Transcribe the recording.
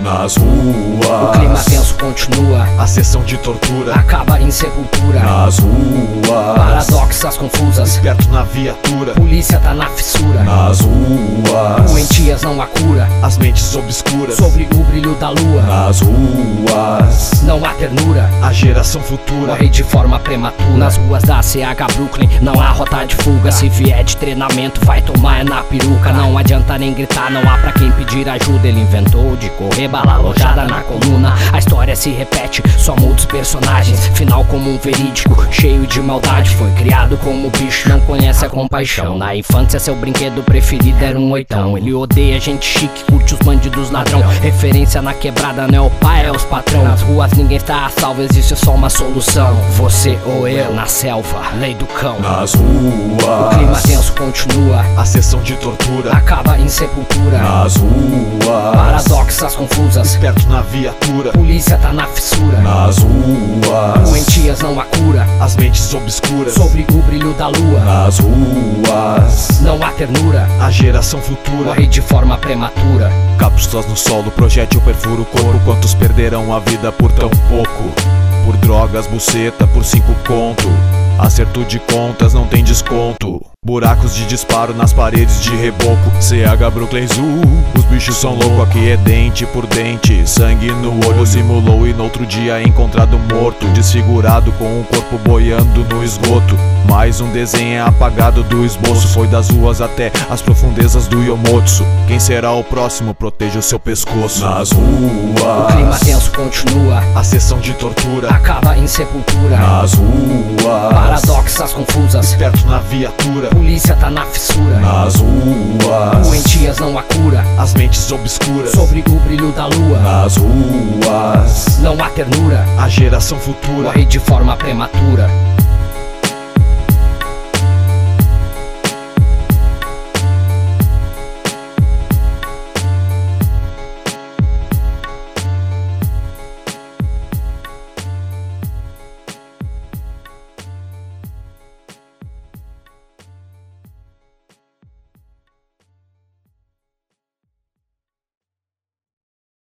nas ruas. O clima tenso continua, a sessão de tortura acabar em sepultura. nas ruas. Paradoxas confusas, Esperto na viatura, polícia tá na fissura. nas ruas. Doentias não há cura, As mentes obscuras, sobre o brilho da lua. nas ruas. Não há ternura, A geração futura, Morri de forma prematura Nas ruas da CH Brooklyn Não há rota de fuga Se vier de treinamento vai tomar é na peruca Não adianta nem gritar Não há pra quem pedir ajuda Ele inventou de correr Bala alojada na coluna A história se repete Só muda os personagens Final como um verídico Cheio de maldade Foi criado como bicho Não conhece a compaixão Na infância seu brinquedo preferido era um oitão Ele odeia gente chique Curte os bandidos ladrão Referência na quebrada Não é o pai, é os patrão Nas ruas ninguém está a salvo Existe só uma solução Você ou eu Na selva, lei do cão nas O clima ruas. tenso continua A sessão de tortura, Acaba em sepultura nas ruas. Paradoxas confusas Esperto na viatura, Polícia tá na fissura nas ruas. Doentias não há cura As mentes obscuras, Sobre o brilho da lua nas ruas. Não há ternura A geração futura, Morre de forma prematura Cápsulas no solo, projétil perfura o corpo Quantos perderão a vida por tão pouco? Por drogas, buceta, por cinco conto Acerto de contas não tem desconto Buracos de disparo nas paredes de reboco CH Brooklyn Zoo Os bichos são loucos, aqui é dente por dente Sangue no olho simulou e no outro dia encontrado morto Desfigurado com o corpo boiando no esgoto Mais um desenho apagado do esboço Foi das ruas até as profundezas do Yomotsu Quem será o próximo? Proteja o seu pescoço Nas O clima ruas tenso continua A sessão de tortura Acaba em sepultura Nas ruas Paradoxas confusas Perto na viatura Polícia tá na fissura Nas ruas Doentias não há cura As mentes obscuras Sobre o brilho da lua Nas ruas Não há ternura A geração futura Morre de forma prematura